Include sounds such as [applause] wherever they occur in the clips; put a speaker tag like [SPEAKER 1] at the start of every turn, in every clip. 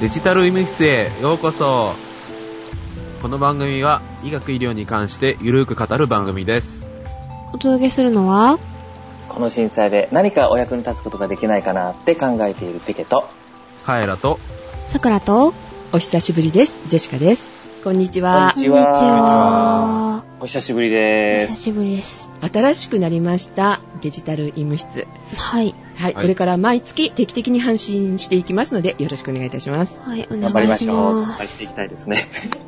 [SPEAKER 1] デジタル医務室へようこそこの番組は医学医療に関してゆるく語る番組です
[SPEAKER 2] お届けするのは
[SPEAKER 3] この震災で何かお役に立つことができないかなって考えているピケと
[SPEAKER 1] カエラと
[SPEAKER 2] さくらと
[SPEAKER 4] お久しぶりです。ジェシカです。こんにちは。
[SPEAKER 3] こんにちは
[SPEAKER 2] は
[SPEAKER 3] お久しぶり
[SPEAKER 2] お
[SPEAKER 3] で
[SPEAKER 2] 久
[SPEAKER 3] す
[SPEAKER 2] しぶりです
[SPEAKER 4] 新しくなりましたデジタル医務室。
[SPEAKER 2] はい
[SPEAKER 4] はい、
[SPEAKER 1] はい
[SPEAKER 4] これから毎月定期的に配信していきますので、よろしくお願いいたします。
[SPEAKER 2] はいお
[SPEAKER 3] 頑張り
[SPEAKER 2] 願い
[SPEAKER 3] ま
[SPEAKER 2] し
[SPEAKER 3] しょう
[SPEAKER 2] ま
[SPEAKER 3] 張ってい
[SPEAKER 2] す
[SPEAKER 3] きたいですね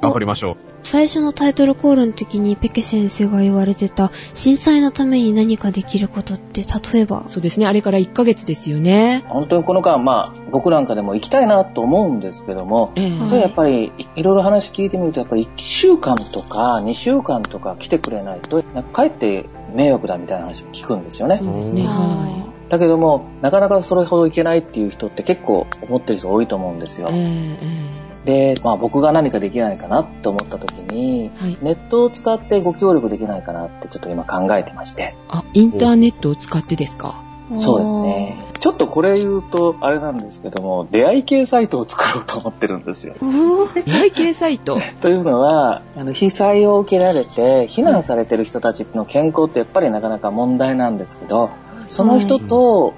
[SPEAKER 1] 頑張りましょう
[SPEAKER 2] 最初のタイトルコールの時にペケ先生が言われてた震災のために何かできることって例えば
[SPEAKER 4] そうですね、あれから1ヶ月ですよね。
[SPEAKER 3] 本当にこの間まあ僕なんかでも行きたいなと思うんですけども
[SPEAKER 4] ええ
[SPEAKER 2] はい
[SPEAKER 3] それやっぱりいいろいろ話聞いてみるとやっぱり1週間とか2週間とか来てくれないとなんかかえって迷惑だみたいな話を聞くんですよね
[SPEAKER 4] そうですね。
[SPEAKER 1] うん
[SPEAKER 4] は
[SPEAKER 2] あ
[SPEAKER 3] だけどもなかなかそれほど行けないっていう人って結構思ってる人多いと思うんですよ
[SPEAKER 4] い。ええ
[SPEAKER 3] で、まあ、僕が何かできないかなと思った時に
[SPEAKER 4] ええはい。
[SPEAKER 3] ネットを使ってご協力できないかなってちょっと今考えてまして。
[SPEAKER 4] あ、インターネットを使ってですか。
[SPEAKER 2] ー
[SPEAKER 3] そうですね。ちょっとこれ言うと、あれなんですけども、出会い系サイトを作ろうと思ってるんですよ。
[SPEAKER 2] うおー
[SPEAKER 4] 会計サイ [laughs] ト。
[SPEAKER 3] というのは、あの被災を受けられて、避難されてる人たちの健康ってやっぱりなかなか問題なんですけど、その人と、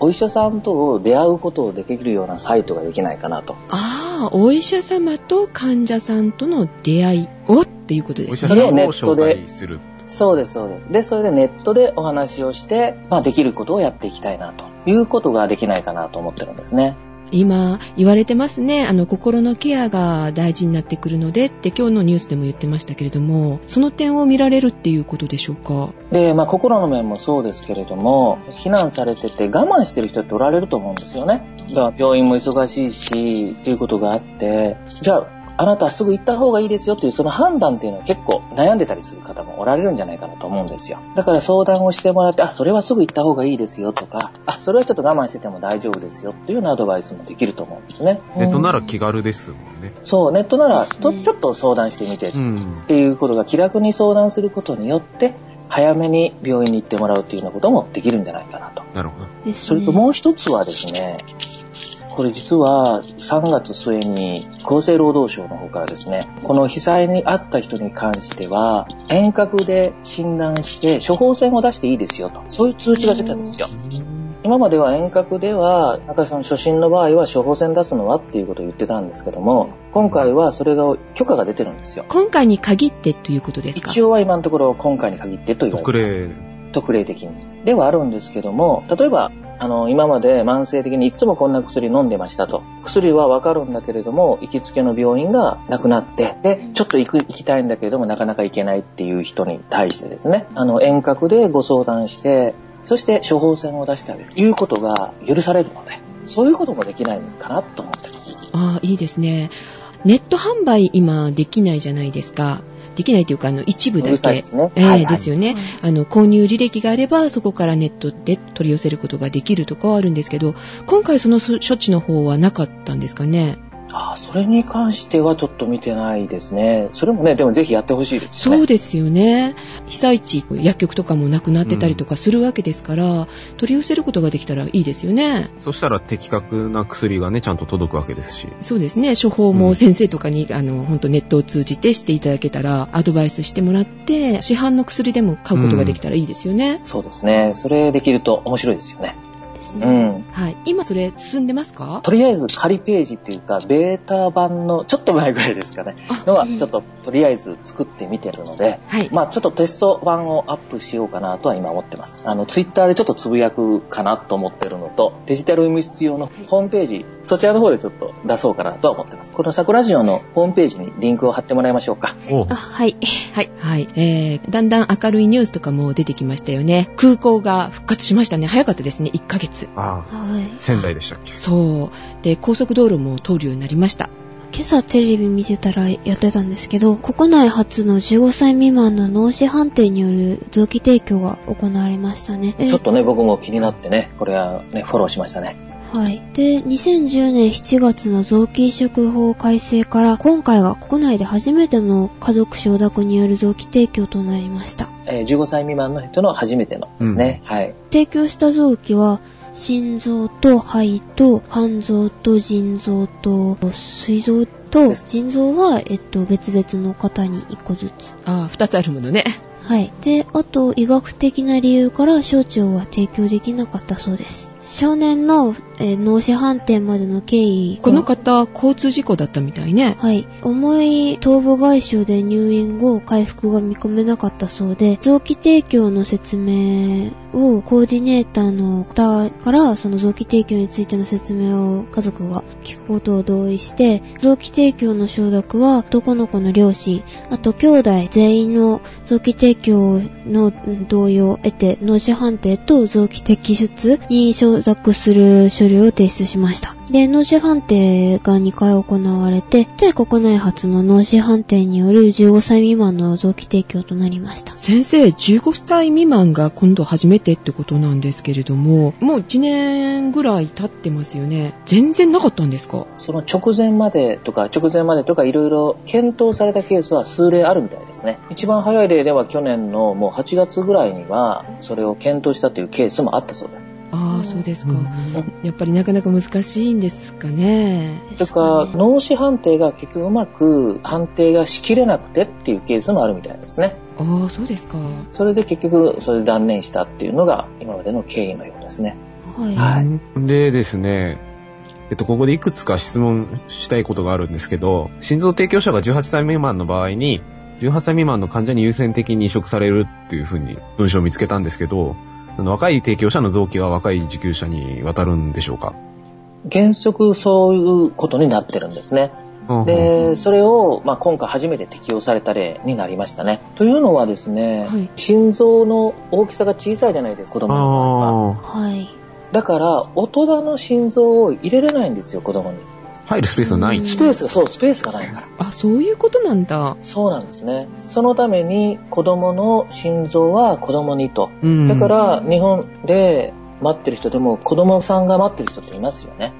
[SPEAKER 3] お医者さんと出会うことをできるようなサイトができないかなと。
[SPEAKER 4] ああ、お医者様と患者さんとの出会いをっていうことで
[SPEAKER 1] お医
[SPEAKER 4] す
[SPEAKER 1] 者
[SPEAKER 4] ね。
[SPEAKER 1] さんを
[SPEAKER 3] ネッ
[SPEAKER 1] 紹
[SPEAKER 3] トで
[SPEAKER 1] 介する
[SPEAKER 3] そうです、そうです。で、それでネットでお話をして、まあできることをやっていきたいなということができないかなと思ってるんですね。
[SPEAKER 4] 今言われてますねあの心のケアが大事になってくるのでって今日のニュースでも言ってましたけれどもその点を見られるっていうことでしょうか
[SPEAKER 3] で、まあ、心の面もそうですけれども、避難されてて我慢してる人っておられると思うんですよね。だから病院も忙しいし、ということがあって、じゃあ、あなたすぐ行った方がいいですよっていうその判断っていうのは結構悩んでたりする方もおられるんじゃないかなと思うんですよ。だから相談をしてもらって、あ、それはすぐ行った方がいいですよとか、あ、それはちょっと我慢してても大丈夫ですよっていうようなアドバイスもできると思うんですね。
[SPEAKER 1] ネットなら気軽ですもんね
[SPEAKER 3] そう、ネットならと
[SPEAKER 4] うん
[SPEAKER 3] ちょっと相談してみて
[SPEAKER 1] うん
[SPEAKER 3] っていうことが気楽に相談することによって早めに病院に行ってもらうっていうようなこともできるんじゃないかなと。
[SPEAKER 1] なるほど
[SPEAKER 2] ですね
[SPEAKER 3] それともう一つはですね、これ実は3月末に厚生労働省の方からですね、この被災に遭った人に関しては遠隔で診断して処方箋を出していいですよと、そういう通知が出たんですよ。今までは遠隔では、中井さん初診の場合は処方箋出すのはっていうことを言ってたんですけども、今回はそれが許可が出てるんですよ。
[SPEAKER 4] 今回に限ってということですか
[SPEAKER 3] 一応は今のところ今回に限ってという
[SPEAKER 1] 特例
[SPEAKER 3] 特例的にではあるんですけども例えばあの今まで慢性的にいつもこんな薬飲んでましたと薬はわかるんだけれども行きつけの病院がなくなってでちょっと行く行きたいんだけれどもなかなか行けないっていう人に対してですねあの遠隔でご相談してそして処方箋を出してあげるということが許されるのでそういうこともできないのかなと思ってます
[SPEAKER 4] ああいいですねネット販売今できないじゃないですかできないというかあの一部
[SPEAKER 3] う
[SPEAKER 4] だ
[SPEAKER 3] るさいで
[SPEAKER 4] け
[SPEAKER 3] すね、
[SPEAKER 4] ええ
[SPEAKER 3] はいはい
[SPEAKER 4] ですよね、あの購入履歴があればそこからネットで取り寄せることができるとかはあるんですけど今回その処置の方はなかったんですかね
[SPEAKER 3] ああそれに関してはちょっと見てないですねそれもねでもぜひやってほしいですよね
[SPEAKER 4] そうですよね。被災地、薬局とかもなくなってたりとかするわけですから、取り寄せることができたらいいですよね。
[SPEAKER 1] そしたら的確な薬がねちゃんと届くわけですし
[SPEAKER 4] そうですね。処方も先生とかに、あの、本当ネットを通じてしていただけたら、アドバイスしてもらって、市販の薬でも買うことができたらいいですよね。
[SPEAKER 3] そうですね。それできると面白いですよね。
[SPEAKER 2] です
[SPEAKER 3] う
[SPEAKER 2] ね
[SPEAKER 3] ん。
[SPEAKER 4] はい。今それ進んでますか
[SPEAKER 3] とりあえず仮ページっていうか、ベータ版のちょっと前ぐらいですかね。
[SPEAKER 4] あ
[SPEAKER 3] のは、
[SPEAKER 2] うん
[SPEAKER 3] ちょっととりあえず作ってみてるので、
[SPEAKER 4] はい。
[SPEAKER 3] まあちょっとテスト版をアップしようかなとは今思ってます。あの、ツイッターでちょっとつぶやくかなと思ってるのと、デジタル医務室用のホームページ、そちらの方でちょっと出そうかなとは思ってます。この桜ジオのホームページにリンクを貼ってもらいましょうか。
[SPEAKER 1] お
[SPEAKER 2] あはい
[SPEAKER 4] はい。はい。えー、だんだん明るいニュースとかも出てきましたよね。空港が復活しましたね。早かったですね。1ヶ月。
[SPEAKER 1] あ
[SPEAKER 2] はい
[SPEAKER 1] 仙台でしたっけ
[SPEAKER 4] そう。で、高速道路も通るようになりました。
[SPEAKER 2] 今朝テレビ見てたらやってたんですけど、国内初の15歳未満の脳死判定による臓器提供が行われましたね。
[SPEAKER 3] ちょっとね、僕も気になってね、これはね、フォローしましたね。
[SPEAKER 2] はい。で、2010年7月の臓器移植法改正から、今回が国内で初めての家族承諾による臓器提供となりました。
[SPEAKER 3] えー15歳未満の人の初めてのですね。はい。
[SPEAKER 2] 提供した臓器は、心臓と肺と肝臓と腎臓と膵臓と腎臓は、えっと、別々の方に1個ずつ。
[SPEAKER 4] ああ、二つあるものね。
[SPEAKER 2] はい。で、あと、医学的な理由から小腸は提供できなかったそうです。少年の、えー脳死判定までの経緯が
[SPEAKER 4] この方、交通事故だったみたいね。
[SPEAKER 2] はい。重い頭部外傷で入院後、回復が見込めなかったそうで、臓器提供の説明をコーディネーターの方から、その臓器提供についての説明を家族が聞くことを同意して、臓器提供の承諾は男の子の両親、あと兄弟全員の臓器提供のうん同意を得て、脳死判定と臓器摘出に承諾する書類を提出しました。で、脳死判定が2回行われて、で、国内初の脳死判定による15歳未満の臓器提供となりました。
[SPEAKER 4] 先生、15歳未満が今度初めてってことなんですけれども、もう1年ぐらい経ってますよね。全然なかったんですか
[SPEAKER 3] その直前までとか、直前までとか、いろいろ検討されたケースは数例あるみたいですね。一番早い例では去年のもう8月ぐらいには、それを検討したというケースもあったそうです。
[SPEAKER 4] ああ、そうですか。やっぱりなかなか難しいんですかね。
[SPEAKER 3] とか、
[SPEAKER 2] ですね
[SPEAKER 3] 脳死判定が結局うまく判定がしきれなくてっていうケースもあるみたいですね。
[SPEAKER 4] ああ、そうですか。
[SPEAKER 3] それで結局、それで断念したっていうのが今までの経緯のようですね。
[SPEAKER 2] はい。
[SPEAKER 3] はい
[SPEAKER 1] でですね、えっと、ここでいくつか質問したいことがあるんですけど、心臓提供者が18歳未満の場合に、18歳未満の患者に優先的に移植されるっていうふうに文章を見つけたんですけど、あの若い提供者の臓器は若い受給者に渡るんでしょうか
[SPEAKER 3] 原則そういうことになってるんですね。で、それを、まあ、今回初めて適用された例になりましたね。というのはですね、
[SPEAKER 4] はい
[SPEAKER 3] 心臓の大きさが小さいじゃないですか、子供の場合は
[SPEAKER 1] あ
[SPEAKER 2] はい。
[SPEAKER 3] だから、大人の心臓を入れれないんですよ、子供に。
[SPEAKER 1] あ、入るスペースはない。
[SPEAKER 3] スペースが、そう、スペースがないから。
[SPEAKER 4] あ、そういうことなんだ。
[SPEAKER 3] そうなんですね。そのために、子供の心臓は子供にと。
[SPEAKER 1] うん
[SPEAKER 3] だから、日本で待ってる人でも、子供さんが待ってる人っていますよね。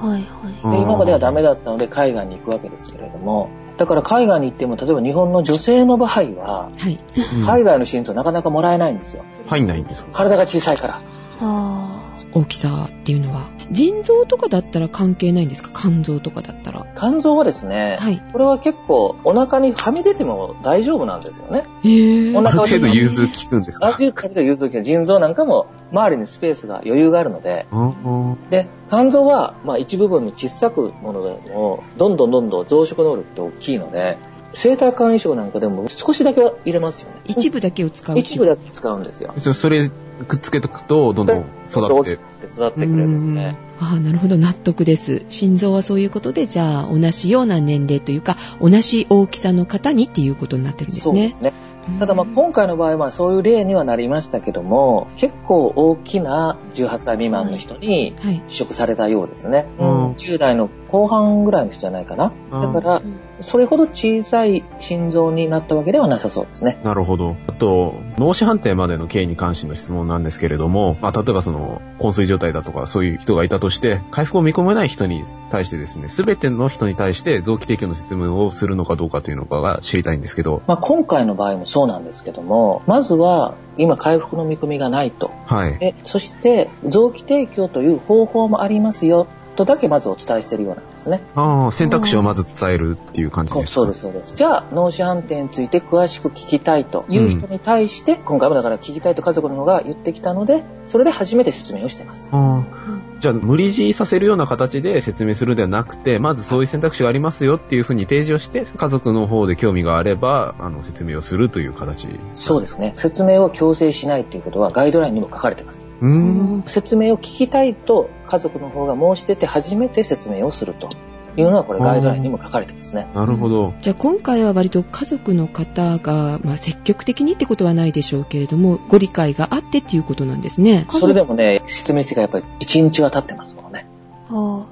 [SPEAKER 2] はい、は
[SPEAKER 1] う
[SPEAKER 3] で
[SPEAKER 1] ん
[SPEAKER 3] 今まではダメだったので海外に行くわけですけれどもだから海外に行っても例えば日本の女性の場合は
[SPEAKER 4] はい。
[SPEAKER 1] うん
[SPEAKER 3] 海外の心臓なかなかもらえないんですよ
[SPEAKER 1] 入んないんですか
[SPEAKER 3] 体が小さいから
[SPEAKER 2] い。あ
[SPEAKER 4] 大きさっていうのは。腎臓とかだったら関係ないんですか肝臓とかだったら。
[SPEAKER 3] 肝臓はですね、
[SPEAKER 4] はい
[SPEAKER 3] これは結構お腹にはみ出ても大丈夫なんですよね
[SPEAKER 4] えー
[SPEAKER 3] お
[SPEAKER 1] ある
[SPEAKER 3] 腹を
[SPEAKER 1] 程度融通効くんですか
[SPEAKER 3] 味をかけてるときは腎臓なんかも周りにスペースが余裕があるので
[SPEAKER 1] うんうん
[SPEAKER 3] で肝臓はまあ一部分に小さくものでもどんどんどんどん増殖能力って大きいので生体肝移植なんかでも少しだけは入れますよね
[SPEAKER 4] [laughs] 一部だけを使う。
[SPEAKER 3] 一部だけ使うんですよ
[SPEAKER 1] そそれくっつけとくとどんどん育
[SPEAKER 3] 大
[SPEAKER 1] っ
[SPEAKER 3] き
[SPEAKER 1] て
[SPEAKER 3] くて育ってくれるんでね
[SPEAKER 4] ああ、なるほど。納得です。心臓はそういうことで、じゃあ、同じような年齢というか、同じ大きさの方にっていうことになってるんです
[SPEAKER 3] そうで
[SPEAKER 4] ね。
[SPEAKER 3] すね。ただまあ今回の場合はそういう例にはなりましたけども、結構大きな18歳未満の人に
[SPEAKER 4] うんはい。
[SPEAKER 3] 移植されたようですね。
[SPEAKER 1] うん
[SPEAKER 3] 10代の後半ぐらいの人じゃないかな。
[SPEAKER 1] うん
[SPEAKER 3] だから
[SPEAKER 2] ー。う、ん
[SPEAKER 3] それほど小さい心臓になったわけではなさそうですね。
[SPEAKER 1] なるほど。あと、脳死判定までの経緯に関しての質問なんですけれども、まあ、例えばその、昏睡状態だとか、そういう人がいたとして、回復を見込めない人に対してですね、すべての人に対して臓器提供の説明をするのかどうかというのかが知りたいんですけど、
[SPEAKER 3] まあ今回の場合もそうなんですけども、まずは今回復の見込みがないと。
[SPEAKER 1] はい。
[SPEAKER 3] でそして臓器提供という方法もありますよとだけまずお伝えしているようなんですね。
[SPEAKER 1] ああ、選択肢をまず伝えるっていう感じ
[SPEAKER 3] そ
[SPEAKER 1] で
[SPEAKER 3] う
[SPEAKER 1] すか
[SPEAKER 3] そうです、そうです。じゃあ、脳死判定について詳しく聞きたいという人に対して、今回もだから聞きたいと家族の方が言ってきたので、それで初めて説明をしてます。
[SPEAKER 1] あーじゃあ、無理強いさせるような形で説明するではなくて、まずそういう選択肢がありますよっていうふうに提示をして、家族の方で興味があれば、あの、説明をするという形。
[SPEAKER 3] そうですね。説明を強制しないということはガイドラインにも書かれてます。
[SPEAKER 1] うーん。
[SPEAKER 3] 説明を聞きたいと家族の方が申し出て初めて説明をするというのは、これガイドラインにも書かれてますね。
[SPEAKER 1] なるほど。
[SPEAKER 4] じゃあ今回は割と家族の方が、まあ、積極的にってことはないでしょうけれどもご理解があってっていうことなんですね。
[SPEAKER 2] 家族
[SPEAKER 3] それでもね、説明してからやっぱり1日は経ってますもんね。
[SPEAKER 2] ああ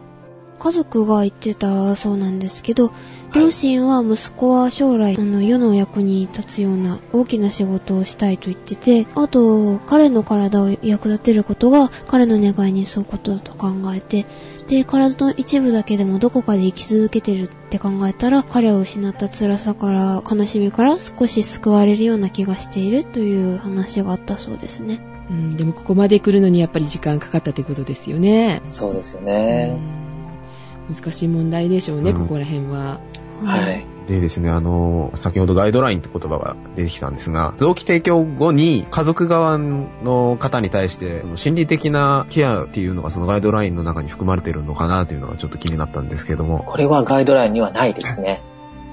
[SPEAKER 2] 家族が言ってたそうなんですけど、両親は息子は将来、あの、世の役に立つような大きな仕事をしたいと言ってて、あと、彼の体を役立てることが彼の願いに沿うことだと考えて、で、体の一部だけでもどこかで生き続けてるって考えたら、彼を失った辛さから、悲しみから少し救われるような気がしているという話があったそうですね。
[SPEAKER 4] うん、でもここまで来るのにやっぱり時間かかったということですよね。
[SPEAKER 3] そうですよ
[SPEAKER 4] う
[SPEAKER 3] ね。
[SPEAKER 4] ん難しい問題でしょうね、
[SPEAKER 1] うん
[SPEAKER 4] ここら辺は。
[SPEAKER 3] は
[SPEAKER 2] はい
[SPEAKER 3] い。
[SPEAKER 1] でですね、あの、先ほどガイドラインって言葉が出てきたんですが、臓器提供後に家族側の方に対して、その心理的なケアっていうのがそのガイドラインの中に含まれてるのかなというのがちょっと気になったんですけども、
[SPEAKER 3] これはガイドラインにはないですね。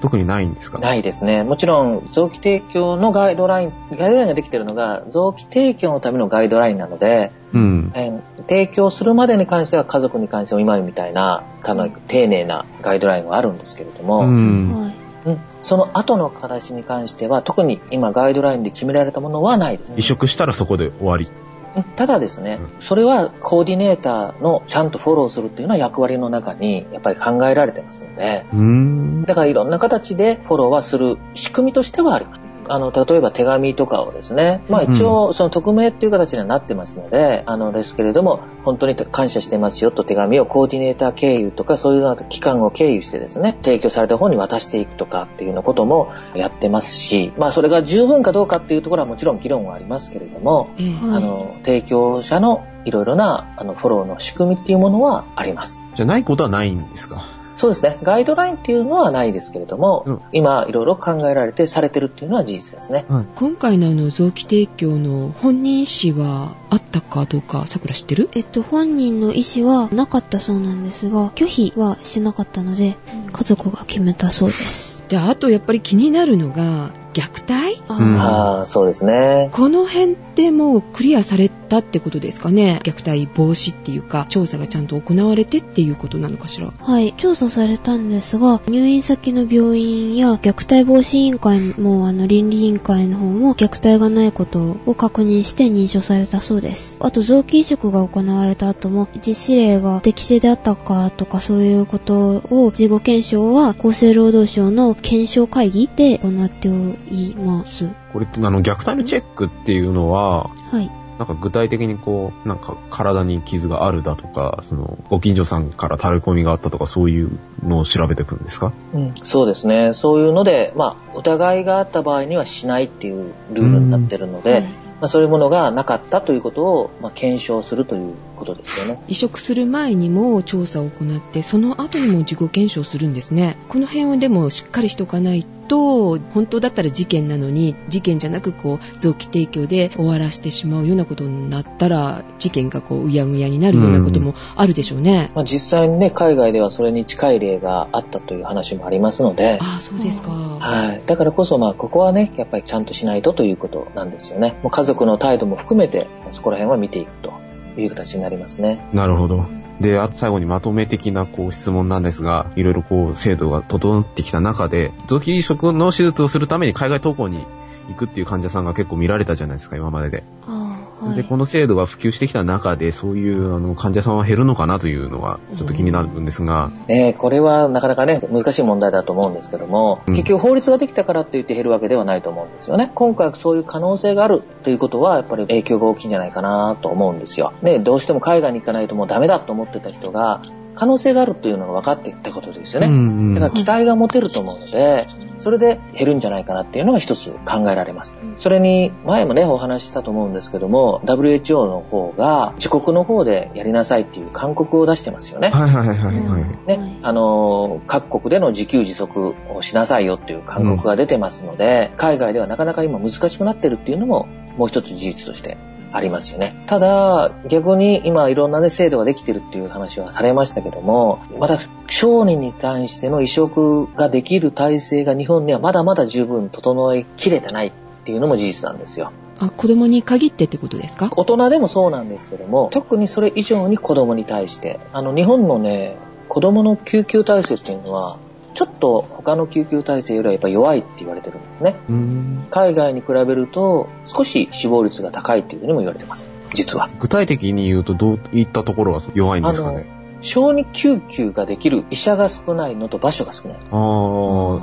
[SPEAKER 1] 特にないんですか
[SPEAKER 3] ないですね。もちろん、臓器提供のガイドライン、ガイドラインができているのが、臓器提供のためのガイドラインなので、
[SPEAKER 1] うん。
[SPEAKER 3] えー提供するまでに関しては家族に関しては今みたいな、かなり丁寧なガイドラインはあるんですけれども、
[SPEAKER 1] うん。
[SPEAKER 2] はい。
[SPEAKER 3] うんその後の形に関しては、特に今ガイドラインで決められたものはないです。
[SPEAKER 1] 移植したらそこで終わり。
[SPEAKER 3] うんただですね、それはコーディネーターのちゃんとフォローするっていうのは役割の中にやっぱり考えられてますので、
[SPEAKER 1] うん。
[SPEAKER 3] だからいろんな形でフォローはする仕組みとしてはあります。あの、例えば手紙とかをですね、まあ一応その匿名っていう形にはなってますので、あのですけれども、本当に感謝してますよと手紙をコーディネーター経由とかそういうような機関を経由してですね、提供された方に渡していくとかっていうようなこともやってますし、まあそれが十分かどうかっていうところはもちろん議論はありますけれども、
[SPEAKER 4] ええ
[SPEAKER 2] はい
[SPEAKER 3] あの、提供者のいろいろなあのフォローの仕組みっていうものはあります。
[SPEAKER 1] じゃないことはないんですか
[SPEAKER 3] そうですね。ガイドラインっていうのはないですけれども、
[SPEAKER 1] うん
[SPEAKER 3] 今いろいろ考えられてされてるっていうのは事実ですね。
[SPEAKER 4] 今回のあの臓器提供の本人誌はあったかどうか、さくら知ってる
[SPEAKER 2] えっと、本人の意思はなかったそうなんですが、拒否はしなかったので、家族が決めたそうです。
[SPEAKER 4] で、あとやっぱり気になるのが、虐待
[SPEAKER 1] うん
[SPEAKER 2] あ
[SPEAKER 3] ああ、そうですね。
[SPEAKER 4] この辺ってもうクリアされたってことですかね虐待防止っていうか、調査がちゃんと行われてっていうことなのかしら
[SPEAKER 2] あはい、調査されたんですが、入院先の病院や虐待防止委員会も、あの、倫理委員会の方も虐待がないことを確認して認証されたそうです。あと、臓器移植が行われた後も、実施例が適正であったかとかそういうことを、事後検証は厚生労働省の検証会議で行っております。
[SPEAKER 1] これって、あの、虐待のチェックっていうのは、
[SPEAKER 2] はい。
[SPEAKER 1] なんか具体的にこう、なんか体に傷があるだとか、その、ご近所さんから垂れ込みがあったとか、そういうのを調べていくんですか
[SPEAKER 3] うん、そうですね。そういうので、まあ、疑いがあった場合にはしないっていうルールになってるので、
[SPEAKER 2] はい
[SPEAKER 3] まあ、そういうものがなかったということを、まあ、検証するということですよね。
[SPEAKER 4] 移植する前にも調査を行って、その後にも自己検証するんですね。この辺をでもしっかりしておかないと、本当だったら事件なのに、事件じゃなくこう、臓器提供で終わらせてしまうようなことになったら、事件がこう、うやむやになるようなこともあるでしょうね。
[SPEAKER 3] まあ、実際にね、海外ではそれに近い例があったという話もありますので、
[SPEAKER 4] ああ、そうですか。
[SPEAKER 3] はい。だからこそ、まあ、ここはね、やっぱりちゃんとしないとということなんですよね。もう家族の態度も含めて、そこら辺は見ていくという形になりますね。
[SPEAKER 1] なるほど。で、あと最後にまとめ的なこう質問なんですが、いろいろこう制度が整ってきた中で、臓器移植の手術をするために海外渡航に行くっていう患者さんが結構見られたじゃないですか、今までで。
[SPEAKER 2] ああ、はい。
[SPEAKER 1] で、この制度が普及してきた中で、そういうあの患者さんは減るのかなというのがちょっと気になるんですが、
[SPEAKER 3] ねえこれはなかなかね、難しい問題だと思うんですけども、
[SPEAKER 1] うん
[SPEAKER 3] 結局法律ができたからって言って減るわけではないと思うんですよね。今回そういう可能性があるということは、やっぱり影響が大きいんじゃないかなと思うんですよ。ねどうしても海外に行かないともうダメだと思ってた人が、可能性があるというのが分かっていったことですよね。
[SPEAKER 1] うんう
[SPEAKER 3] だから
[SPEAKER 1] ん、
[SPEAKER 3] 期待が持てると思うので、それで減るんじゃないかなっていうのが一つ考えられます。それに、前もね、お話ししたと思うんですけども、WHO の方が、自国の方でやりなさいっていう勧告を出してますよね。
[SPEAKER 1] はいはいはいはいはい。
[SPEAKER 3] ね、あのー各国での自給自足をしなさいよっていう勧告が出てますので、海外ではなかなか今難しくなってるっていうのももう一つ事実としてありますよね。ただ、逆に今いろんなね、制度ができてるっていう話はされましたけども、また商人に対しての移植ができる体制が日本にはまだまだ十分整えきれてないっていうのも事実なんですよ。
[SPEAKER 4] あ、子供に限ってってことですか
[SPEAKER 3] 大人でもそうなんですけども、特にそれ以上に子供に対して、あの、日本のね、子供の救急体制っていうのは、ちょっと他の救急体制よりはやっぱ弱いって言われてるんですね。
[SPEAKER 1] うん
[SPEAKER 3] 海外に比べると、少し死亡率が高いっていうふうにも言われてます。実は。
[SPEAKER 1] 具体的に言うとどういったところが弱いんですかね。
[SPEAKER 3] 小児救急ができる医者が少ないのと場所が少ない。
[SPEAKER 1] ああ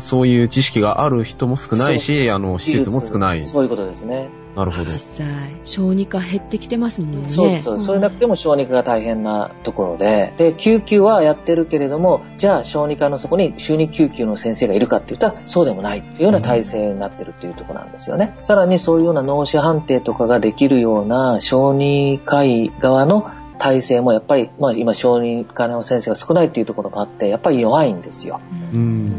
[SPEAKER 1] そういう知識がある人も少ないし、あの、施設も少ない。
[SPEAKER 3] そういうことですね。
[SPEAKER 1] なるほど。
[SPEAKER 4] 実際小児科減ってきてますもんね
[SPEAKER 3] そうそう、それなくても小児科が大変なところで、で、救急はやってるけれども、じゃあ小児科のそこに小児救急の先生がいるかって言ったら、そうでもないっていうような体制になってるっていうところなんですよね。さらにそういうような脳死判定とかができるような小児科医側の体制もやっぱり、まあ今小児科の先生が少ないっていうところもあって、やっぱり弱いんですよ。
[SPEAKER 1] う
[SPEAKER 4] うん
[SPEAKER 1] ん。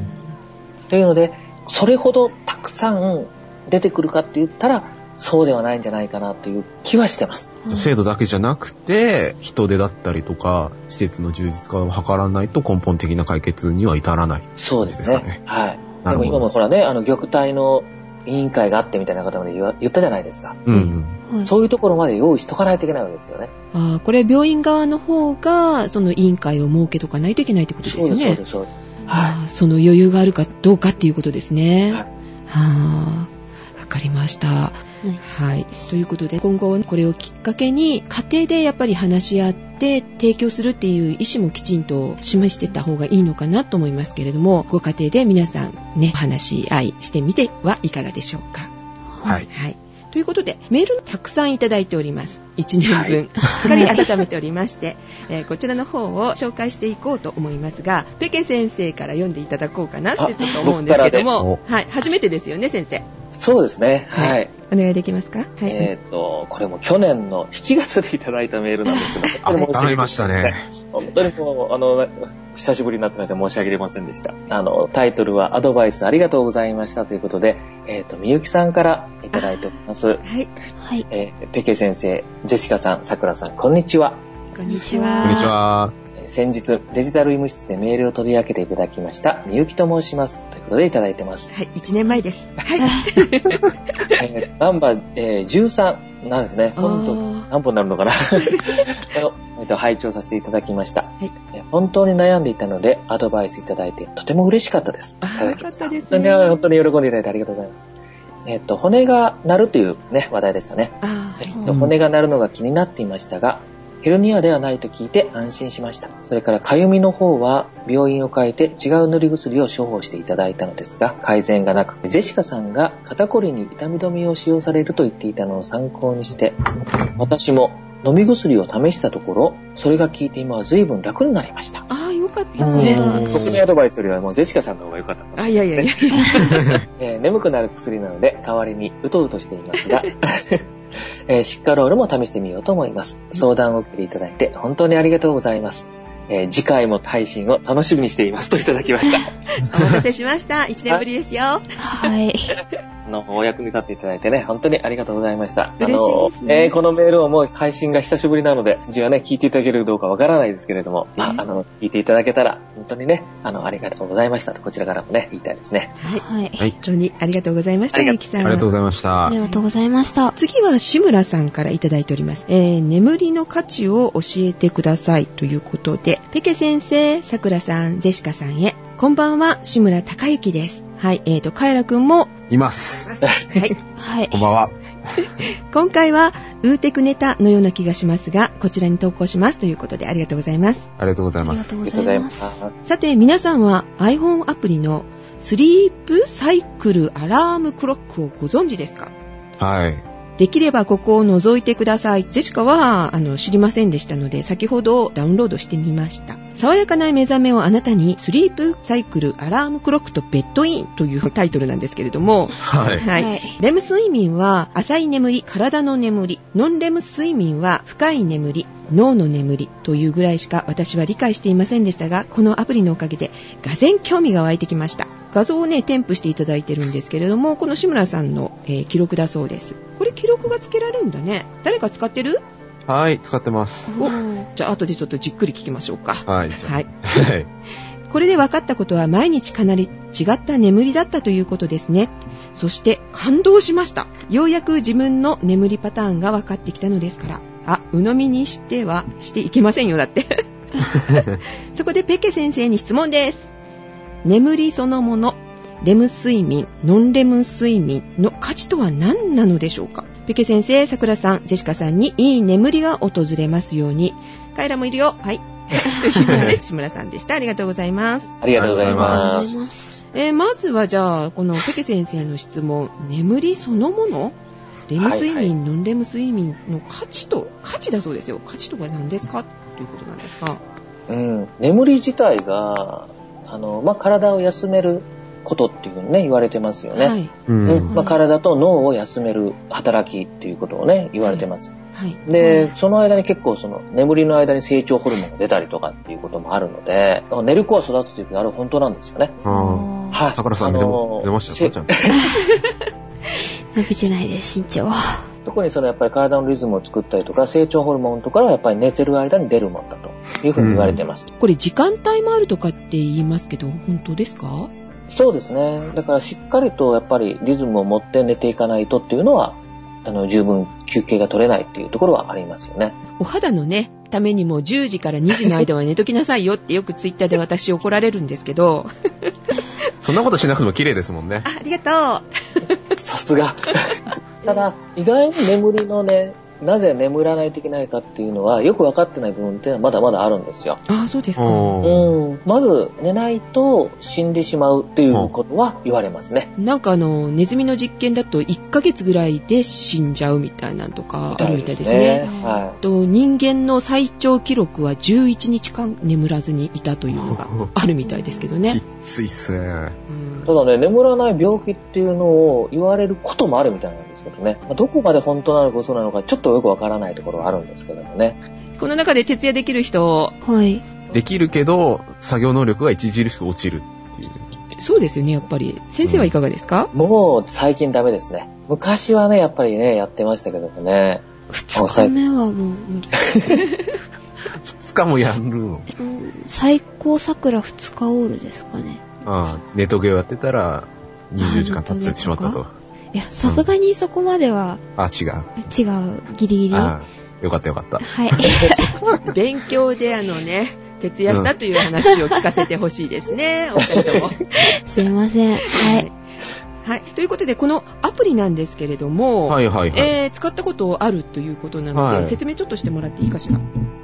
[SPEAKER 3] というので、それほどたくさん出てくるかって言ったら、そうではないんじゃないかなという気はしてます。
[SPEAKER 1] じゃあ制度だけじゃなくて、人手だったりとか、施設の充実化を図らないと根本的な解決には至らない。
[SPEAKER 3] そうですね。
[SPEAKER 1] ですかね
[SPEAKER 3] はい。
[SPEAKER 1] なる
[SPEAKER 3] でも
[SPEAKER 1] ほど
[SPEAKER 3] 今もほらね、あの、玉体の委員会があってみたいな方まで言わ言ったじゃないですか。
[SPEAKER 1] うん、
[SPEAKER 2] はい
[SPEAKER 3] そういうところまで用意しとかないといけないわけですよね。
[SPEAKER 4] ああこれ病院側の方がその委員会を設けとかないといけないってことですよね
[SPEAKER 3] そうです、そうです。は
[SPEAKER 4] ああその余裕があるかどうかっていうことですね。
[SPEAKER 3] はい
[SPEAKER 4] はあわかりました。
[SPEAKER 2] はい
[SPEAKER 4] はい。ということで、今後これをきっかけに、家庭でやっぱり話し合って提供するっていう意思もきちんと示してった方がいいのかなと思いますけれども、ご家庭で皆さんね、お話し合いしてみてはいかがでしょうか。
[SPEAKER 1] はい。
[SPEAKER 4] はい。ということで、メールたくさんいただいております。1年分、しっかり温めておりまして、 [laughs] えーこちらの方を紹介していこうと思いますが、ペケ先生から読んでいただこうかなってちょっと思うんですけど
[SPEAKER 1] あ僕
[SPEAKER 4] も
[SPEAKER 1] か、
[SPEAKER 4] はい、初めてですよね、先生。
[SPEAKER 3] い。そうですね。はい。
[SPEAKER 4] はお願いできますかはい。
[SPEAKER 3] えっ、と、これも去年の7月でいただいたメールなんですけど、
[SPEAKER 1] [laughs] あ、
[SPEAKER 3] 本当に申し訳
[SPEAKER 1] 頼みましたね。
[SPEAKER 3] 本当にもう、あの、久しぶりになってまして申し訳ありませんでした。あの、タイトルはアドバイスありがとうございましたということで、えっ、と、みゆきさんからいただいております。
[SPEAKER 4] はい、
[SPEAKER 2] はい。
[SPEAKER 3] えーペケ先生、ジェシカさん、さくらさん、こんにちは。
[SPEAKER 4] こんにち
[SPEAKER 1] こ
[SPEAKER 4] は。
[SPEAKER 1] んにちは。
[SPEAKER 3] えー先日、デジタル医務室でメールを取り上げていただきました、みゆきと申します。ということでいただいて
[SPEAKER 4] [laughs]
[SPEAKER 3] ます。
[SPEAKER 4] はい、1年前です。はい。
[SPEAKER 3] えーナンバー、えー13なんですね。本当
[SPEAKER 4] あー
[SPEAKER 3] 何本になるのかな [laughs] あのえっと、拝聴させていただきました、
[SPEAKER 4] い
[SPEAKER 3] え本当に悩んでいたので、アドバイスいただいて、とても嬉しかったです。
[SPEAKER 4] あー
[SPEAKER 3] いただきました
[SPEAKER 4] よかっ
[SPEAKER 3] 本当
[SPEAKER 4] たです
[SPEAKER 3] に
[SPEAKER 4] ね
[SPEAKER 3] ね、本当に喜んでいただいてありがとうございます。えっと、骨が鳴るというね、話題でしたね。
[SPEAKER 4] あー
[SPEAKER 1] うん
[SPEAKER 3] 骨が鳴るのが気になっていましたが、ヘルニアではないと聞いて安心しました。それから、かゆみの方は病院を変えて違う塗り薬を処方していただいたのですが、改善がなく、ジェシカさんが肩こりに痛み止めを使用されると言っていたのを参考にして、私も飲み薬を試したところ、それが効いて今は随分楽になりました。
[SPEAKER 4] あー、よかっ
[SPEAKER 1] う
[SPEAKER 4] た。
[SPEAKER 1] ん
[SPEAKER 3] ね
[SPEAKER 1] うん
[SPEAKER 3] 僕のアドバイスよりはもうジェシカさんの方が良かったかもしれない
[SPEAKER 4] あ、い
[SPEAKER 1] [laughs]
[SPEAKER 4] やいやいや。
[SPEAKER 3] えー眠くなる薬なので、代わりにうとうとしています
[SPEAKER 4] [laughs]
[SPEAKER 3] が、えーシッカロールも試してみようと思います。相談を受けていただいて、本当にありがとうございます。えー次回も配信を楽しみにしていますといただきま
[SPEAKER 4] [laughs]
[SPEAKER 3] した。
[SPEAKER 4] お待たせしました。1年ぶりですよ。
[SPEAKER 2] はい。
[SPEAKER 3] あの、お役に立っていただいてね、本当にありがとうございました。
[SPEAKER 4] 嬉しいですね
[SPEAKER 3] あの、えーこのメールをもう配信が久しぶりなので、次はね、聞いていただけるかどうかわからないですけれども、まあ、あの、聞いていただけたら、本当にね、あの、ありがとうございましたと、こちらからもね、言いたいですね。
[SPEAKER 4] はい。
[SPEAKER 2] はい。
[SPEAKER 1] はい
[SPEAKER 4] 本。当にありがとうございました、
[SPEAKER 3] ありが
[SPEAKER 4] みゆ
[SPEAKER 3] とう
[SPEAKER 4] きさ
[SPEAKER 1] あ
[SPEAKER 4] ん。
[SPEAKER 1] りがとうございました
[SPEAKER 2] あり。がとうございました。
[SPEAKER 4] 次は志村さんからいただいております。えー、眠りの価値を教えてくださいということで、ペケ先生、さくらさん、ジェシカさんへ、こんばんは、志村隆之です。はい、えーと、カエラく
[SPEAKER 1] [laughs]
[SPEAKER 4] んも、
[SPEAKER 1] います。
[SPEAKER 4] はい、
[SPEAKER 2] はい
[SPEAKER 1] こ。んばんは。
[SPEAKER 4] 今回は、ウーテクネタのような気がしますが、こちらに投稿しますということでありがとうございます。
[SPEAKER 1] ありがとうござ
[SPEAKER 2] あ
[SPEAKER 1] いま
[SPEAKER 2] りが
[SPEAKER 1] す。
[SPEAKER 2] とう
[SPEAKER 3] あ
[SPEAKER 2] ご
[SPEAKER 3] りが
[SPEAKER 2] ざ
[SPEAKER 3] とうござ
[SPEAKER 2] い
[SPEAKER 3] い
[SPEAKER 2] ま。
[SPEAKER 3] ますす。
[SPEAKER 4] さて、皆さんは iPhone アプリのスリープサイクルアラームクロックをご存知ですか
[SPEAKER 1] はい。
[SPEAKER 4] できればここを覗いてください。ジェシカは、あの、知りませんでしたので、先ほどダウンロードしてみました。爽やかな目覚めをあなたに、スリープサイクルアラームクロックとベッドインというタイトルなんですけれども、
[SPEAKER 1] はい。
[SPEAKER 4] はい。
[SPEAKER 2] はい
[SPEAKER 4] レム睡眠は、浅い眠り、体の眠り。ノンレム睡眠は、深い眠り、脳の眠りというぐらいしか私は理解していませんでしたが、このアプリのおかげで、がぜん興味が湧いてきました。画像をね、添付していただいてるんですけれども、この志村さんの、えー記録だそうです。これ記録がつけられるんだね。誰か使ってる
[SPEAKER 1] はい。使ってます。
[SPEAKER 4] お
[SPEAKER 2] おー
[SPEAKER 4] じゃあ、後でちょっとじっくり聞きましょうか。
[SPEAKER 1] はい。
[SPEAKER 4] はい。
[SPEAKER 1] はい。
[SPEAKER 4] これで分かったことは毎日かなり違った眠りだったということですね。そして感動しました。ようやく自分の眠りパターンが分かってきたのですから。あ、鵜呑みにしてはしていけませんよ、だって。そこでペケ先生に質問です。眠りそのもの、レム睡眠、ノンレム睡眠の価値とは何なのでしょうかペケ先生、桜さん、ジェシカさんにいい眠りが訪れますように。カエラもいるよ。はい。 [laughs] ということで、志村さんでした。ありがとうございます。
[SPEAKER 3] ありがとうござい
[SPEAKER 2] ありがとう
[SPEAKER 3] ま
[SPEAKER 2] ご
[SPEAKER 3] す
[SPEAKER 2] ざ。います。
[SPEAKER 4] えーまずはじゃあ、このペケ先生の質問、眠りそのものレム睡眠、ノンレム睡眠の価値と、価値だそうですよ。価値とは何ですかということなんですが。
[SPEAKER 3] うん、眠り自体が、あの、まあ、体を休めることっていうふうにね、言われてますよね。
[SPEAKER 4] はい。
[SPEAKER 1] うん。
[SPEAKER 3] うんまあ、体と脳を休める働きっていうことをね、言われてます。
[SPEAKER 4] はい。
[SPEAKER 3] で、その間に結構その眠りの間に成長ホルモンが出たりとかっていうこともあるので、寝る子は育つというのはあれ本当なんですよね。
[SPEAKER 1] あ
[SPEAKER 2] は
[SPEAKER 3] はい。
[SPEAKER 1] あ。桜さん、出ま出ました
[SPEAKER 3] せ
[SPEAKER 1] かちゃん
[SPEAKER 2] 伸びてないです、身長は。
[SPEAKER 3] 特にそのやっぱり体のリズムを作ったりとか、成長ホルモンとかはやっぱり寝てる間に出るもんだというふうに言われてます。
[SPEAKER 4] これ時間帯もあるとかって言いますけど、本当ですか
[SPEAKER 3] そうですね。だからしっかりとやっぱりリズムを持って寝ていかないとっていうのは、あの、十分休憩が取れないっていうところはありますよ
[SPEAKER 4] [laughs]
[SPEAKER 3] ね。
[SPEAKER 4] お肌のね、ためにも10時から2時の間は寝ときなさいよってよくツイッターで私怒られるんですけど、
[SPEAKER 1] そんなことしなくても綺麗ですもんね。
[SPEAKER 4] [laughs] あありがとう。
[SPEAKER 3] さすが。 [laughs] ただ、意外に眠りのね、なぜ眠らないといけないかっていうのは、よく分かってない部分っていうのはまだまだあるんですよ。
[SPEAKER 4] ああ、そうですか。
[SPEAKER 1] おー
[SPEAKER 3] うん。まず、寝ないと死んでしまうっていうことは言われますね。
[SPEAKER 4] なんかあの、ネズミの実験だと1ヶ月ぐらいで死んじゃうみたいなんとかあるみたいですね。
[SPEAKER 3] は
[SPEAKER 4] あと人間の最長記録は11日間眠らずにいたというのが
[SPEAKER 1] [laughs]
[SPEAKER 4] あるみたいですけど
[SPEAKER 1] き
[SPEAKER 4] ね。
[SPEAKER 1] ついっすね。
[SPEAKER 4] うん
[SPEAKER 3] い。ただね、眠らない病気っていうのを言われることもあるみたいなんですけどね。まあどこまで本当なのか嘘なのか、ちょっとよくわからないところはあるんですけどもね。
[SPEAKER 4] この中で徹夜できる人、
[SPEAKER 2] はい。
[SPEAKER 1] できるけど、作業能力が著しく落ちるっていう。
[SPEAKER 4] そうですよね、やっぱり。先生はいかがですか、
[SPEAKER 3] もう最近ダメですね。昔はね、やっぱりね、やってましたけどもね。
[SPEAKER 2] 二日目はもう無理。
[SPEAKER 1] 2日もやるの。
[SPEAKER 2] うん最高桜二日オールですかね。
[SPEAKER 1] ああ、ネトゲをやってたら、20時間経ってしまったと。
[SPEAKER 2] いや、さすがにそこまでは
[SPEAKER 1] あ、違う。
[SPEAKER 2] 違う。ギリギリ。は
[SPEAKER 1] ああ、よかったよかった。
[SPEAKER 2] い。 [laughs]
[SPEAKER 4] 勉強であのね、徹夜したという話を聞かせてほしいですね、お二人とも。
[SPEAKER 2] すいません。はい。
[SPEAKER 4] はい。ということで、このアプリなんですけれども、
[SPEAKER 1] はいはいはい。
[SPEAKER 4] えー使ったことあるということなので、
[SPEAKER 1] はい
[SPEAKER 4] 説明ちょっとしてもらっていいかしら。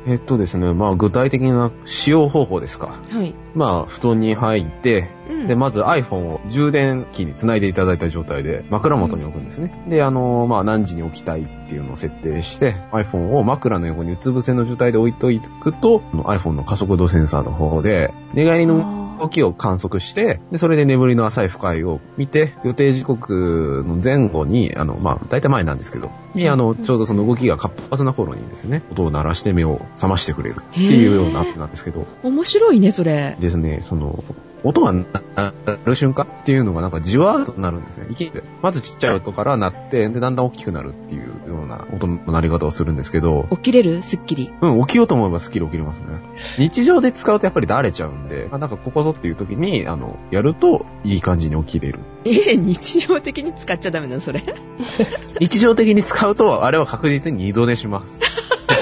[SPEAKER 1] えっとですね、まあ具体的な使用方法ですか。
[SPEAKER 4] はい。
[SPEAKER 1] まあ布団に入って、
[SPEAKER 4] うん
[SPEAKER 1] で、まず iPhone を充電器につないでいただいた状態で枕元に置くんですね。で、あのー、まあ何時に起きたいっていうのを設定して、iPhone を枕の横にうつ伏せの状態で置いといくと、この iPhone の加速度センサーの方法で、寝返りの動きを観測して、で、それで眠りの浅い深いを見て、予定時刻の前後に、あの、まあ、大体前なんですけど、に、あの、ちょうどその動きが活発な頃にですね、音を鳴らして目を覚ましてくれるっていうようなアップなんですけど、
[SPEAKER 4] 面白いね、それ。
[SPEAKER 1] ですね、その、音が鳴る瞬間っていうのがなんかじわーっとなるんですね。いきなりまずちっちゃい音から鳴って、で、だんだん大きくなるっていうような音の鳴り方をするんですけど、
[SPEAKER 4] 起きれるすっきり。
[SPEAKER 1] うん、起きようと思えばスッキリ起きれますね。日常で使うとやっぱりだれちゃうんで、あなんかここぞっていう時に、あの、やるといい感じに起きれる。
[SPEAKER 4] ええ日常的に使っちゃダメなの、それ。
[SPEAKER 1] 日常的に使うと、あれは確実に二度寝します。
[SPEAKER 2] え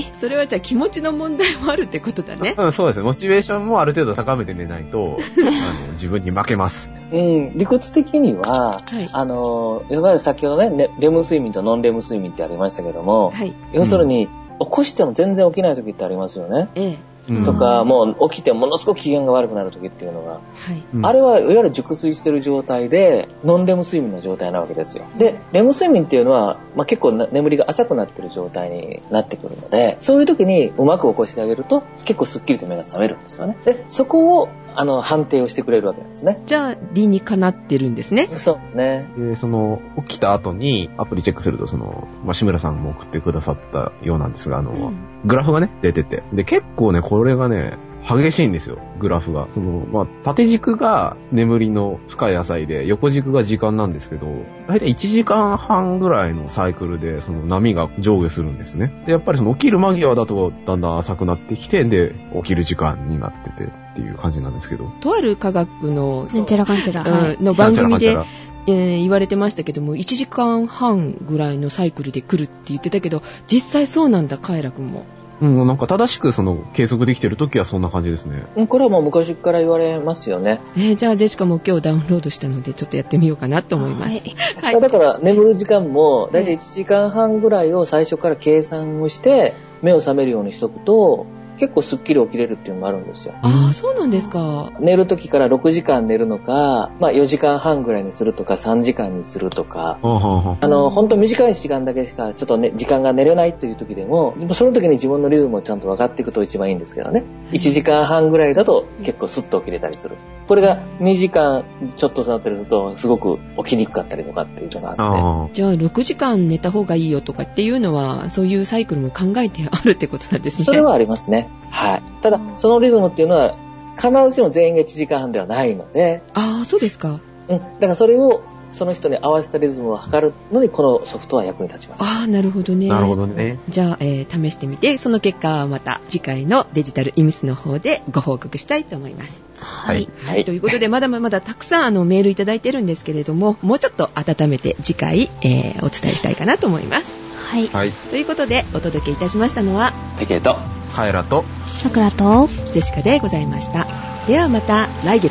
[SPEAKER 2] ー。
[SPEAKER 4] それはじゃあ気持ちの問題もあるってこと
[SPEAKER 1] [laughs]
[SPEAKER 4] だね。
[SPEAKER 1] うん、そうですね。モチベーションもある程度高めて寝ないと、あの自分に負けます。
[SPEAKER 3] うん、理屈的には、
[SPEAKER 4] はい。
[SPEAKER 3] あの、いわゆる先ほどねね、レム睡眠とノンレム睡眠ってありましたけども、
[SPEAKER 4] はい。
[SPEAKER 3] 要するに、起こしても全然起きない時ってありますよね。
[SPEAKER 4] ええ。
[SPEAKER 1] うん
[SPEAKER 3] と
[SPEAKER 2] う
[SPEAKER 3] か、
[SPEAKER 2] ん
[SPEAKER 3] もう起きてものすごく機嫌が悪くなる時っていうのが、
[SPEAKER 4] はい。
[SPEAKER 1] うん
[SPEAKER 3] あれはいわゆる熟睡してる状態で、ノンレム睡眠の状態なわけですよ。で、レム睡眠っていうのは、まあ、結構な眠りが浅くなってる状態になってくるので、そういう時にうまく起こしてあげると、結構スッキリと目が覚めるんですよね。で、そこを、あの、判定をしてくれるわけなんですね。
[SPEAKER 4] じゃあ、理にかなってるんですね。
[SPEAKER 3] そうですね。
[SPEAKER 1] で、その、起きた後にアプリチェックすると、その、まあ、志村さんも送ってくださったようなんですが、あの、
[SPEAKER 4] うん
[SPEAKER 1] グラフがね、出てて。で、結構ね、これがね、激しいんですよ、グラフが。その、まあ、縦軸が眠りの深い浅いで、横軸が時間なんですけど、大体1時間半ぐらいのサイクルで、その波が上下するんですね。で、やっぱりその起きる間際だと、だんだん浅くなってきて、で、起きる時間になっててっていう感じなんですけど。
[SPEAKER 4] とある科学の、
[SPEAKER 2] なんちゃらかんちゃら。はい。
[SPEAKER 4] うんの番組で
[SPEAKER 1] なんちゃらかんちゃら、
[SPEAKER 4] えー言われてましたけども、1時間半ぐらいのサイクルで来るって言ってたけど、実際そうなんだ、カエラ君も。
[SPEAKER 1] うん、なんか正しくその計測できてる時はそんな感じですね。
[SPEAKER 3] うんこれはもう昔から言われますよね。
[SPEAKER 4] えーじゃあ、ゼシカも今日ダウンロードしたので、ちょっとやってみようかなと思いま
[SPEAKER 2] は
[SPEAKER 4] す。
[SPEAKER 2] い
[SPEAKER 4] はい。
[SPEAKER 3] だから眠る時間も大体1時間半ぐらいを最初から計算をして目を覚めるようにしとくと結構すっきり起きれるっていうのもあるんですよ。
[SPEAKER 4] ああ、そうなんですか。
[SPEAKER 3] 寝る時から6時間寝るのか、まあ4時間半ぐらいにするとか3時間にするとか、
[SPEAKER 1] はあはあは
[SPEAKER 3] あの、本当短い時間だけしか、ちょっとね、時間が寝れないという時でも、でもその時に自分のリズムをちゃんと分かっていくと一番いいんですけどね。1時間半ぐらいだと結構スッと起きれたりする。これが2時間ちょっとなってると、すごく起きにくかったりとかっていうのが
[SPEAKER 1] あ
[SPEAKER 3] あって。
[SPEAKER 1] ああ
[SPEAKER 4] じゃあ、6時間寝た方がいいよとかっていうのは、そういうサイクルも考えてあるってことなんですね。
[SPEAKER 3] それはありますね。はい。ただ、そのリズムっていうのは、必ずしも全員が1時間半ではないので、
[SPEAKER 4] ああ、そうですか。
[SPEAKER 3] うん。だからそれを、その人に合わせたリズムを測るのに、このソフトは役に立ちます。
[SPEAKER 4] ああ、なるほどね。
[SPEAKER 1] なるほどね。
[SPEAKER 4] じゃあ、えー試してみて、その結果はまた次回のデジタルイミスの方でご報告したいと思います。
[SPEAKER 1] は
[SPEAKER 2] はいい。
[SPEAKER 3] は
[SPEAKER 4] ということで、まだまだたくさんあのメールいただいてるんですけれども、もうちょっと温めて次回、えーお伝えしたいかなと思います。
[SPEAKER 2] はい。
[SPEAKER 1] はい。
[SPEAKER 4] ということで、お届けいたしましたのは、
[SPEAKER 3] だけど、
[SPEAKER 1] カエラと、
[SPEAKER 2] さくらと、
[SPEAKER 4] ジェシカでございました。ではまた来月。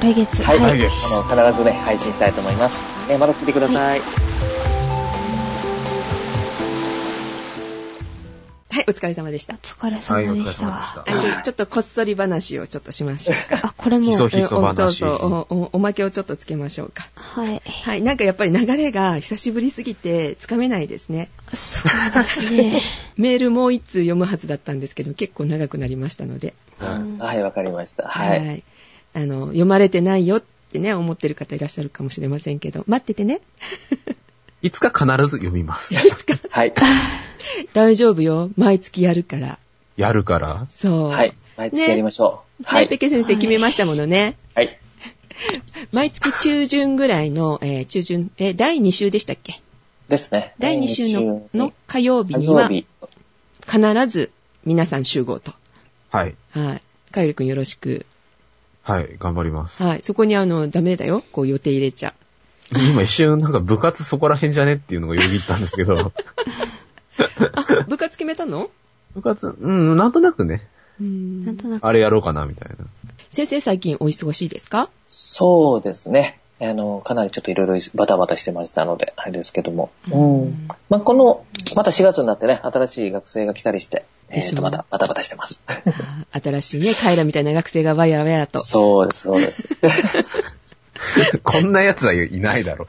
[SPEAKER 2] 来月。
[SPEAKER 3] はい、
[SPEAKER 1] はい
[SPEAKER 3] あの必ずね、配信したいと思います。ね、また聞いてください。
[SPEAKER 4] はい、お疲れ様でした。
[SPEAKER 2] お疲れ様でした。
[SPEAKER 1] はいお疲
[SPEAKER 4] あのちょっとこっそり話をちょっとしましょう
[SPEAKER 1] [laughs]
[SPEAKER 4] か。
[SPEAKER 2] あ、これも
[SPEAKER 1] ひ、そひそ
[SPEAKER 4] おそう
[SPEAKER 1] 話。
[SPEAKER 4] そうおお、おまけをちょっとつけましょうか。
[SPEAKER 2] はい。
[SPEAKER 4] はい、なんかやっぱり流れが久しぶりすぎてつかめないですね。
[SPEAKER 2] そうですね。
[SPEAKER 4] メールもう一通読むはずだったんですけど、結構長くなりましたので。
[SPEAKER 2] うん
[SPEAKER 3] はい、わかりました。はい。
[SPEAKER 4] あの、読まれてないよってね、思ってる方いらっしゃるかもしれませんけど、待っててね。 [laughs]
[SPEAKER 1] いつか必ず読みます。
[SPEAKER 3] はい。
[SPEAKER 4] 大丈夫よ。毎月やるから。
[SPEAKER 1] やるから。
[SPEAKER 4] そう。
[SPEAKER 3] はい。毎月やりましょう。は
[SPEAKER 4] ね、ペ
[SPEAKER 3] い。
[SPEAKER 4] ケ先生決めましたものね。
[SPEAKER 3] はい。
[SPEAKER 4] 毎月中旬ぐらいの、えー中旬、えー第2週でしたっけ
[SPEAKER 3] ですね。
[SPEAKER 4] 第2週のの火曜日
[SPEAKER 3] 火
[SPEAKER 4] に
[SPEAKER 3] 曜
[SPEAKER 4] は、
[SPEAKER 3] 日。
[SPEAKER 4] 必ず皆さん集合と。
[SPEAKER 1] はい。
[SPEAKER 4] はい。かゆりくんよろしく。
[SPEAKER 1] はい。頑張ります。
[SPEAKER 4] はい。そこにあの、ダメだよ。こう予定入れちゃ。
[SPEAKER 1] 今一瞬なんか部活そこら辺じゃねっていうのがよぎったんですけ [laughs] ど、
[SPEAKER 4] あ、部活決めたの
[SPEAKER 1] 部活、うん、なんとなくね、
[SPEAKER 4] うーん
[SPEAKER 2] なんとなく。
[SPEAKER 1] あれやろうかなみたいな。
[SPEAKER 4] 先生最近お忙しいですか
[SPEAKER 3] そうですね。あの、かなりちょっといろいろバタバタしてましたので、あれですけども。うん。まあ、この、また4月になってね、新しい学生が来たりして、え
[SPEAKER 4] でしょ
[SPEAKER 3] っと、またバタバタしてます。
[SPEAKER 4] あー新しいね、カイラみたいな学生がわやわやと。
[SPEAKER 3] そうです、そうです。
[SPEAKER 1] こんな奴はいないだろ。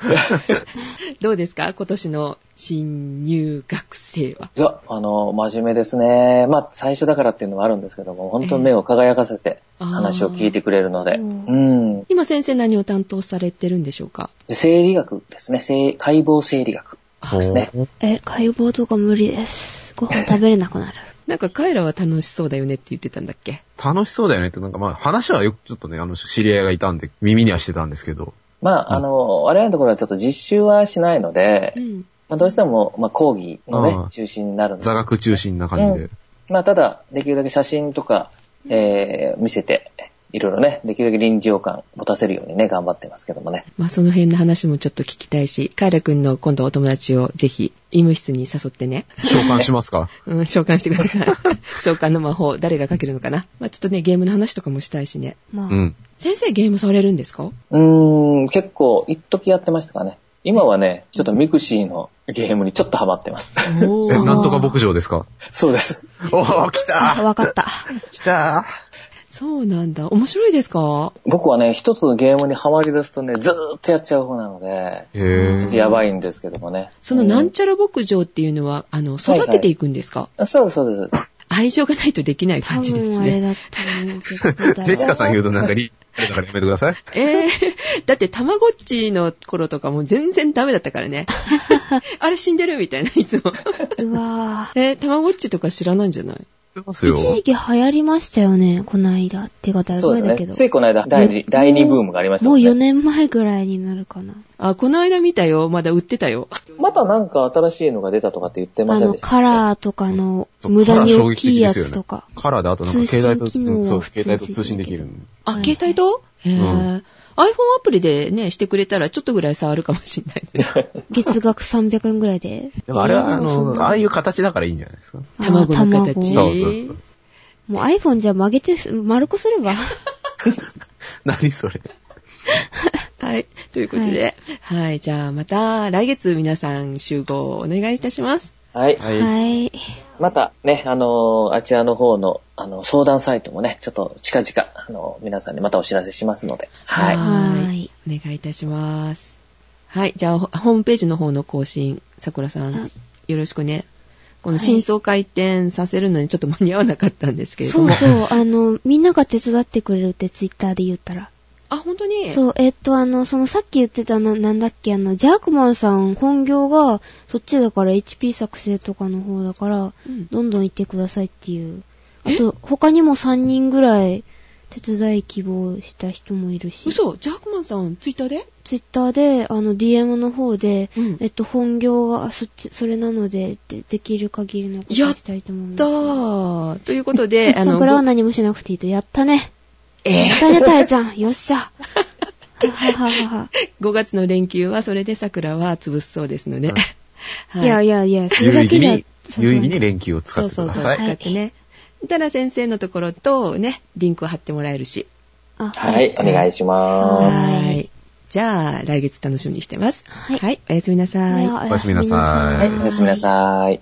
[SPEAKER 4] どうですか今年の新入学生は。
[SPEAKER 3] いや、あの、真面目ですね。まあ、最初だからっていうのもあるんですけども、本当に目を輝かせて
[SPEAKER 4] ええ
[SPEAKER 3] 話を聞いてくれるので、
[SPEAKER 2] あー
[SPEAKER 3] うん。
[SPEAKER 4] 今先生何を担当されてるんでしょうか
[SPEAKER 3] で生理学ですね。生解剖生理学。
[SPEAKER 1] そう
[SPEAKER 3] ね
[SPEAKER 2] え、解剖とか無理です。ご飯食べれなくなる。
[SPEAKER 4] なんかカイラは楽しそうだよねって言ってたんだっけ
[SPEAKER 1] 楽しそうだよねって、なんかまあ話はよくちょっとね、あの知り合いがいたんで耳にはしてたんですけど、
[SPEAKER 3] まあ、あの、我々のところはちょっと実習はしないので、
[SPEAKER 4] ん。
[SPEAKER 3] まあ、どうしても、まあ、講義のね
[SPEAKER 1] ああ、
[SPEAKER 3] 中心になるので
[SPEAKER 1] 座、学中心な感じで。
[SPEAKER 3] まあ、ただ、できるだけ写真とか、えー見せて、いろいろね、できるだけ臨場感持たせるようにね、頑張ってますけどもね。
[SPEAKER 4] まあその辺の話もちょっと聞きたいし、カイラくんの今度お友達をぜひ、医務室に誘ってね。
[SPEAKER 1] 召喚しますか
[SPEAKER 4] うん、召喚してください。 [laughs] 召喚の魔法、誰がかけるのかな。まあちょっとね、ゲームの話とかもしたいしね。
[SPEAKER 2] まあ、
[SPEAKER 1] うん。
[SPEAKER 4] 先生ゲームされるんですか
[SPEAKER 3] うーん、結構、一時やってましたかね。今はね、ちょっとミクシーのゲームにちょっとハマってます。
[SPEAKER 4] お
[SPEAKER 1] え、なんとか牧場ですか
[SPEAKER 3] [laughs] そうです。
[SPEAKER 1] おー、来
[SPEAKER 2] あ、
[SPEAKER 1] た
[SPEAKER 2] わかった。
[SPEAKER 1] ー来た
[SPEAKER 4] そうなんだ。面白いですか
[SPEAKER 3] 僕はね、一つのゲームにハマり出すとね、ずーっとやっちゃう方なので、
[SPEAKER 1] ーへー。
[SPEAKER 3] やばいんですけどもね。
[SPEAKER 4] そのなん
[SPEAKER 3] ち
[SPEAKER 4] ちゃら牧場っていうのは、あの、育てていくんですか、
[SPEAKER 3] ゃそうです、そうです。
[SPEAKER 4] 愛情がないとできない
[SPEAKER 2] 多
[SPEAKER 4] 感じです
[SPEAKER 2] 分あれ
[SPEAKER 4] ね。
[SPEAKER 2] だと思うけどどうだろう。
[SPEAKER 1] ジェシカさん言うとなんかリ、だからやめてください。
[SPEAKER 4] ええだって、たまごっちの頃とかもう全然ダメだったか
[SPEAKER 2] [laughs]
[SPEAKER 4] らね。あれ死んでるみたいな、いつも。
[SPEAKER 2] うわ
[SPEAKER 4] えー、たまごっちとか知らないんじゃない
[SPEAKER 1] 知ってます
[SPEAKER 2] ぁ。
[SPEAKER 1] よ。
[SPEAKER 2] 一時期流行りましたよね、この間。っていうか、だいぶ
[SPEAKER 3] そう
[SPEAKER 2] 前だ
[SPEAKER 3] です
[SPEAKER 2] け
[SPEAKER 3] ね。
[SPEAKER 2] ど。
[SPEAKER 3] ついこの間、第
[SPEAKER 2] よ
[SPEAKER 3] 2、第二ブームがありました
[SPEAKER 2] も
[SPEAKER 3] も
[SPEAKER 2] うん
[SPEAKER 3] ね
[SPEAKER 2] 4年前ぐらいになるかな。
[SPEAKER 4] あ、この間見たよ。まだ売ってたよ。
[SPEAKER 3] またなんか新しいのが出たとかって言ってま
[SPEAKER 2] あ
[SPEAKER 3] せん
[SPEAKER 2] の、
[SPEAKER 3] でした。
[SPEAKER 2] カラーとかの
[SPEAKER 1] そう
[SPEAKER 2] 無駄に大きいやつとか。
[SPEAKER 1] カラーであとなんか携帯と、
[SPEAKER 2] 通信機能
[SPEAKER 1] うん
[SPEAKER 2] は
[SPEAKER 1] そう、携帯と通信できる。
[SPEAKER 4] あ、
[SPEAKER 2] はい
[SPEAKER 4] 携帯とへぇ、
[SPEAKER 1] う
[SPEAKER 4] iPhone アプリでね、してくれたらちょっとぐらい触るかもしれないね。
[SPEAKER 2] 月額300円ぐらいで。
[SPEAKER 1] でもあれは、あ
[SPEAKER 2] えーそん
[SPEAKER 1] の、
[SPEAKER 2] な
[SPEAKER 1] ああいう形だからいいんじゃないですか。 [laughs]
[SPEAKER 2] あー
[SPEAKER 4] 卵の形。
[SPEAKER 1] そうそうそう
[SPEAKER 2] もう iPhone じゃ曲げて、丸くすれば。
[SPEAKER 1] 何それ。
[SPEAKER 4] はい。ということで、はい。じゃあまた来月皆さん集合お願いいたします。
[SPEAKER 3] はい。
[SPEAKER 1] はい。
[SPEAKER 2] はい。
[SPEAKER 3] またね、あのーあちらの方の、あの、相談サイトもね、ちょっと近々、あの、皆さんにまたお知らせしますので。はい。
[SPEAKER 4] あ
[SPEAKER 2] はい。
[SPEAKER 4] お願いいたします。はい。じゃあ、ほホームページの方の更新、さくらさ
[SPEAKER 2] あ
[SPEAKER 4] ん、よろしくね。
[SPEAKER 2] は
[SPEAKER 4] この
[SPEAKER 2] い
[SPEAKER 4] 真相回転させるのにちょっと間に合わなかったんですけれど
[SPEAKER 2] そ
[SPEAKER 4] も。
[SPEAKER 2] うそう、あの、みんなが手伝ってくれるってツイッターで言ったら。
[SPEAKER 4] あ、本当にう。
[SPEAKER 2] そう、えっと、あの、そのさっき言ってたな、なんだっけ、あの、ジャークマンさん本業が、そっちだから HP 作成とかの方だから、
[SPEAKER 4] ん、
[SPEAKER 2] どんどん行ってくださいっていう。あと、他にも3人ぐらい、手伝い希望した人もいるし。
[SPEAKER 4] 嘘ジャークマンさん、ツイッターで
[SPEAKER 2] ツイッターで、あの、DM の方で、
[SPEAKER 4] うん
[SPEAKER 2] えっと、本業が、あそっち、それなので、でできる限りのことを
[SPEAKER 4] やっ
[SPEAKER 2] したいと思います。
[SPEAKER 4] だー。ということで、あの、
[SPEAKER 2] 桜は
[SPEAKER 4] ご
[SPEAKER 2] 何もしなくていいと。やったね。や
[SPEAKER 4] え
[SPEAKER 2] っ
[SPEAKER 4] [laughs]
[SPEAKER 2] たね、たえちゃん。よっしゃ。はははは
[SPEAKER 4] 5月の連休はそれで桜は潰すそうですので。
[SPEAKER 2] は。
[SPEAKER 4] [laughs] はい
[SPEAKER 2] やいやいや、それ
[SPEAKER 1] 有
[SPEAKER 2] だ
[SPEAKER 1] 意
[SPEAKER 2] け
[SPEAKER 1] 義
[SPEAKER 2] じゃ
[SPEAKER 1] に、、有意義に連休を使
[SPEAKER 4] そ
[SPEAKER 1] っ
[SPEAKER 4] う
[SPEAKER 1] てく
[SPEAKER 4] そう
[SPEAKER 1] だ
[SPEAKER 4] そう、
[SPEAKER 1] さい。
[SPEAKER 4] 使ってね。たら先生のところとね、リンクを貼ってもらえるし。
[SPEAKER 2] あ、
[SPEAKER 3] は。い、お願いし
[SPEAKER 2] はい
[SPEAKER 3] ます。
[SPEAKER 4] い。じゃあ、来月楽しみにしてます。
[SPEAKER 2] はい
[SPEAKER 4] おやすみなさい。
[SPEAKER 2] では
[SPEAKER 1] おやすみなさい
[SPEAKER 2] おやすみな
[SPEAKER 3] はい、おやすみなさい。